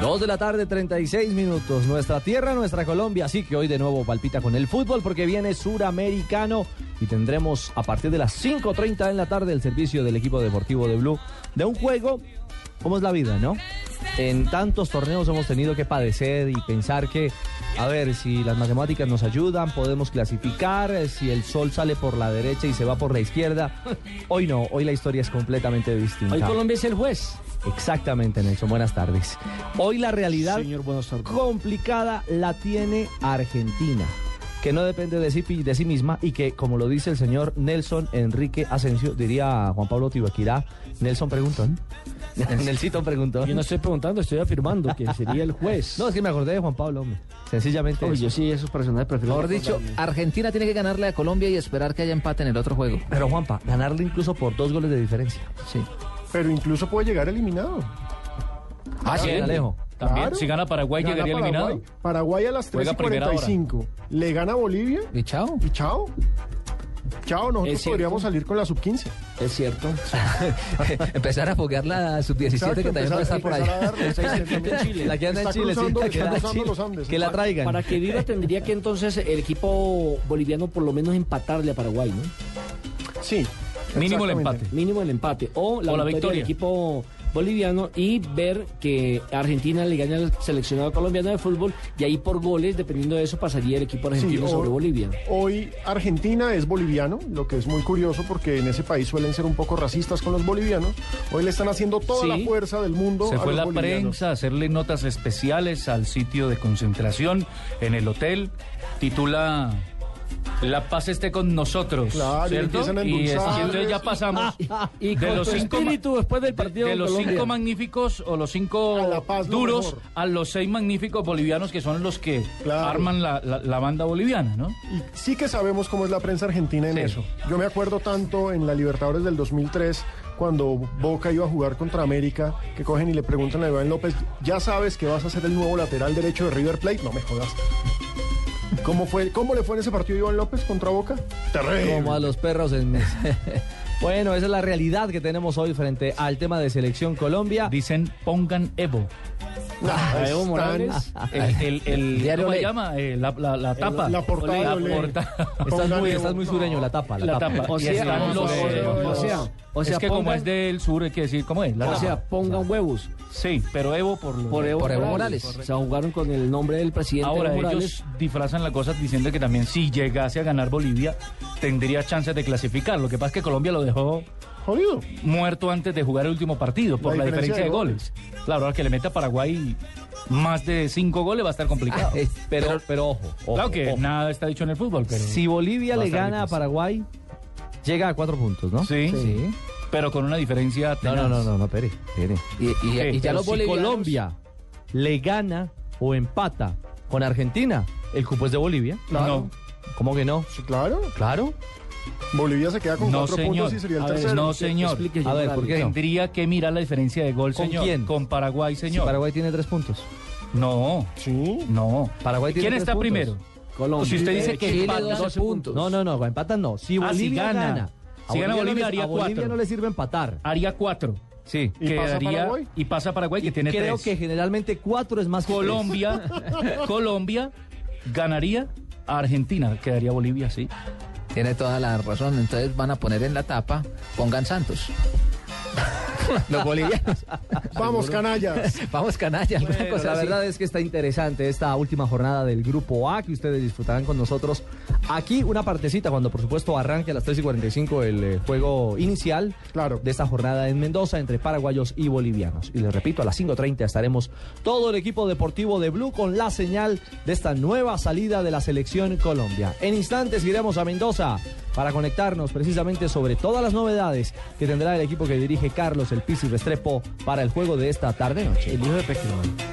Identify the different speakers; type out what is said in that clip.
Speaker 1: Dos de la tarde, 36 minutos. Nuestra tierra, nuestra Colombia. Así que hoy de nuevo palpita con el fútbol porque viene suramericano y tendremos a partir de las 5.30 en la tarde el servicio del equipo deportivo de Blue de un juego. ¿Cómo es la vida, no? En tantos torneos hemos tenido que padecer y pensar que, a ver, si las matemáticas nos ayudan, podemos clasificar, si el sol sale por la derecha y se va por la izquierda. Hoy no, hoy la historia es completamente distinta.
Speaker 2: Hoy Colombia es el juez.
Speaker 1: Exactamente, Nelson. Buenas tardes. Hoy la realidad
Speaker 2: Señor, buenas tardes.
Speaker 1: complicada la tiene Argentina, que no depende de sí, pi- de sí misma y que, como lo dice el señor Nelson Enrique Asensio, diría Juan Pablo Tibaquirá, Nelson preguntó. Nelsito preguntó.
Speaker 2: Yo no estoy preguntando, estoy afirmando que sería el juez.
Speaker 1: No, es que me acordé de Juan Pablo, hombre. Sencillamente.
Speaker 2: Uy,
Speaker 1: eso.
Speaker 2: yo sí, esos personajes prefiero.
Speaker 3: Mejor dicho, Argentina tiene que ganarle a Colombia y esperar que haya empate en el otro juego.
Speaker 1: Pero Juanpa, ganarle incluso por dos goles de diferencia.
Speaker 3: Sí.
Speaker 4: Pero incluso puede llegar eliminado.
Speaker 1: Ah, sí, Alejo.
Speaker 5: También,
Speaker 4: Claro.
Speaker 5: si gana Paraguay,
Speaker 4: Gana
Speaker 5: llegaría eliminado.
Speaker 4: Paraguay. Paraguay a las 3
Speaker 5: Juega
Speaker 4: y
Speaker 5: a primera hora.
Speaker 4: 45. Le gana a Bolivia
Speaker 3: Y chao.
Speaker 4: y chao. Chao,
Speaker 2: Es
Speaker 4: nosotros
Speaker 2: cierto.
Speaker 4: podríamos salir con la sub-15.
Speaker 2: Es cierto.
Speaker 3: empezar a foguear la sub-17 que también puede estar por ahí.
Speaker 1: La que anda en
Speaker 4: Está
Speaker 1: Chile, sí,
Speaker 4: cruzando-
Speaker 1: la que
Speaker 4: está
Speaker 1: anda en
Speaker 4: cruzando
Speaker 1: Chile.
Speaker 4: los Andes. ¿eh?
Speaker 1: Que la traigan.
Speaker 2: Para que viva tendría que entonces el equipo boliviano por lo menos empatarle a Paraguay, ¿no?
Speaker 4: Sí.
Speaker 5: Mínimo el
Speaker 4: exactamente.
Speaker 5: empate.
Speaker 2: Mínimo el empate. O la,
Speaker 5: O la
Speaker 2: victoria del
Speaker 5: victoria.
Speaker 2: equipo boliviano y ver que Argentina le gana al seleccionado colombiano de fútbol y ahí por goles, dependiendo de eso, pasaría el equipo argentino
Speaker 4: Sí, o-
Speaker 2: sobre Bolivia.
Speaker 4: Hoy Argentina es boliviano, lo que es muy curioso porque en ese país suelen ser un poco racistas con los bolivianos. Hoy le están haciendo toda
Speaker 2: Sí.
Speaker 4: la fuerza del mundo
Speaker 5: Se
Speaker 4: a
Speaker 5: fue
Speaker 4: los
Speaker 5: la
Speaker 4: bolivianos.
Speaker 5: prensa a hacerle notas especiales al sitio de concentración en el hotel. Titula La paz esté con nosotros.
Speaker 4: Claro, y
Speaker 5: ¿cierto?
Speaker 4: empiezan a
Speaker 5: Y, es- y
Speaker 4: endulzarles.
Speaker 5: entonces ya pasamos
Speaker 2: Y
Speaker 5: de
Speaker 2: con
Speaker 5: los
Speaker 2: tu
Speaker 5: cinco ma-
Speaker 2: espíritu después del partido
Speaker 5: de
Speaker 2: con
Speaker 5: los
Speaker 2: Colombia.
Speaker 5: cinco magníficos o
Speaker 4: A
Speaker 5: los
Speaker 4: La
Speaker 5: cinco
Speaker 4: Paz lo
Speaker 5: duros
Speaker 4: mejor.
Speaker 5: a los seis magníficos bolivianos que son los que
Speaker 4: Claro.
Speaker 5: arman la, la- la banda boliviana, ¿no?
Speaker 4: Y sí que sabemos cómo es la prensa argentina en
Speaker 5: Sí.
Speaker 4: eso. Yo me acuerdo tanto en la Libertadores del 2003, cuando Boca iba a jugar contra América, que cogen y le preguntan a Iván López, ¿ya sabes que vas a ser el nuevo lateral derecho de River Plate? No me jodas. ¿Cómo, fue, ¿Cómo le fue en ese partido a Iván López contra Boca? Terrible.
Speaker 1: Como a los perros en mesa. Bueno, esa es la realidad que tenemos hoy frente al tema de selección Colombia.
Speaker 5: Dicen pongan Evo.
Speaker 4: Nah,
Speaker 5: Ah,
Speaker 2: A Evo
Speaker 4: están-
Speaker 2: Morales.
Speaker 5: El, el- el-
Speaker 3: diario
Speaker 5: ¿Cómo se
Speaker 3: Olé.
Speaker 5: llama? Eh, la, la- la tapa.
Speaker 4: La portada
Speaker 5: La
Speaker 4: de Olé.
Speaker 5: portada.
Speaker 1: Estás
Speaker 4: Pongan
Speaker 1: muy,
Speaker 4: Evo.
Speaker 1: estás muy sureño, la tapa, la,
Speaker 5: La
Speaker 1: tapa.
Speaker 5: tapa.
Speaker 2: O
Speaker 5: Y
Speaker 2: sea,
Speaker 5: están
Speaker 2: o
Speaker 5: los-
Speaker 2: sea,
Speaker 5: los-
Speaker 2: o sea, o sea,
Speaker 5: es que como
Speaker 2: pongan-
Speaker 5: es del sur hay que decir cómo es. La
Speaker 2: O
Speaker 5: tapa.
Speaker 2: sea, pongan huevos
Speaker 5: sí, pero Evo por lo-
Speaker 2: por Evo,
Speaker 3: Por Evo
Speaker 2: Morales.
Speaker 3: Morales.
Speaker 2: O sea, jugaron con el nombre del presidente
Speaker 5: Ahora
Speaker 2: Evo Morales.
Speaker 5: ellos disfrazan la cosa diciendo que también si llegase a ganar Bolivia tendría chances de clasificar. Lo que pasa es que Colombia lo dejó
Speaker 4: Jodido.
Speaker 5: muerto antes de jugar el último partido por la, diferencia, de goles. Claro, ahora que le meta a Paraguay más de cinco goles va a estar complicado.
Speaker 1: Eh, Pero, pero ojo, ojo,
Speaker 5: claro que
Speaker 1: ojo.
Speaker 5: nada está dicho en el fútbol, pero
Speaker 1: Si Bolivia
Speaker 5: Va a
Speaker 1: le
Speaker 5: estar
Speaker 1: gana a
Speaker 5: difícil.
Speaker 1: Paraguay, llega a cuatro puntos, ¿no?
Speaker 5: Sí.
Speaker 1: Sí.
Speaker 5: pero con una diferencia
Speaker 1: No,
Speaker 5: tenaz.
Speaker 1: no, no, no, no, espere, espere.
Speaker 3: Y, y-
Speaker 5: Sí,
Speaker 3: y ya
Speaker 1: Pero
Speaker 3: los
Speaker 1: si
Speaker 3: bolivianos.
Speaker 1: Colombia le gana o empata con Argentina, el cupo es de Bolivia.
Speaker 4: Claro.
Speaker 5: No.
Speaker 1: ¿Cómo que no?
Speaker 4: Sí, claro.
Speaker 1: Claro.
Speaker 4: Bolivia se queda con
Speaker 5: No,
Speaker 4: cuatro
Speaker 5: señor.
Speaker 4: puntos y sería el
Speaker 5: A ver,
Speaker 4: tercero.
Speaker 5: no, señor.
Speaker 2: Explique,
Speaker 1: A ver, ¿por qué? no?
Speaker 5: Tendría que mirar la diferencia de gol,
Speaker 1: ¿Con
Speaker 5: señor.
Speaker 1: quién?
Speaker 5: Con Paraguay,
Speaker 1: Si
Speaker 5: señor.
Speaker 1: Paraguay tiene tres puntos.
Speaker 5: No,
Speaker 4: Sí.
Speaker 5: no.
Speaker 1: Paraguay tiene
Speaker 5: ¿Quién
Speaker 1: tres
Speaker 5: está
Speaker 1: puntos.
Speaker 5: primero?
Speaker 2: Colombia.
Speaker 5: Si usted dice que
Speaker 3: Chile,
Speaker 5: empata,
Speaker 3: 12 puntos.
Speaker 1: No, no, no, empatan no. Si
Speaker 5: Ah, si
Speaker 1: Bolivia
Speaker 5: gana.
Speaker 1: gana. a
Speaker 5: Si gana
Speaker 1: no
Speaker 5: Bolivia,
Speaker 1: le-
Speaker 5: haría
Speaker 1: a Bolivia
Speaker 5: cuatro.
Speaker 1: no le sirve empatar.
Speaker 5: haría cuatro.
Speaker 1: Sí.
Speaker 4: ¿Y pasa Paraguay?
Speaker 5: y pasa Paraguay que tiene
Speaker 1: Creo
Speaker 5: tres.
Speaker 1: que generalmente cuatro es más que
Speaker 5: Colombia, Colombia ganaría a Argentina, quedaría Bolivia, sí.
Speaker 3: Tiene toda la razón. Entonces van a poner en la tapa, pongan Santos. los bolivianos.
Speaker 4: Vamos, canallas.
Speaker 3: Vamos, canallas.
Speaker 1: tres.
Speaker 3: una
Speaker 1: Bueno,
Speaker 3: cosa
Speaker 1: la
Speaker 3: así.
Speaker 1: verdad es que está interesante esta última jornada del Grupo A que ustedes disfrutarán con nosotros. Aquí una partecita cuando por supuesto arranque a las 3 y 45 el eh, juego inicial
Speaker 4: Claro.
Speaker 1: de esta jornada en Mendoza entre paraguayos y bolivianos. Y les repito, a las 5.30 estaremos todo el equipo deportivo de Blue con la señal de esta nueva salida de la selección Colombia. En instantes iremos a Mendoza para conectarnos precisamente sobre todas las novedades que tendrá el equipo que dirige Carlos El Pizzi Restrepo para el juego de esta tarde-noche.
Speaker 2: El hijo de Peckerman.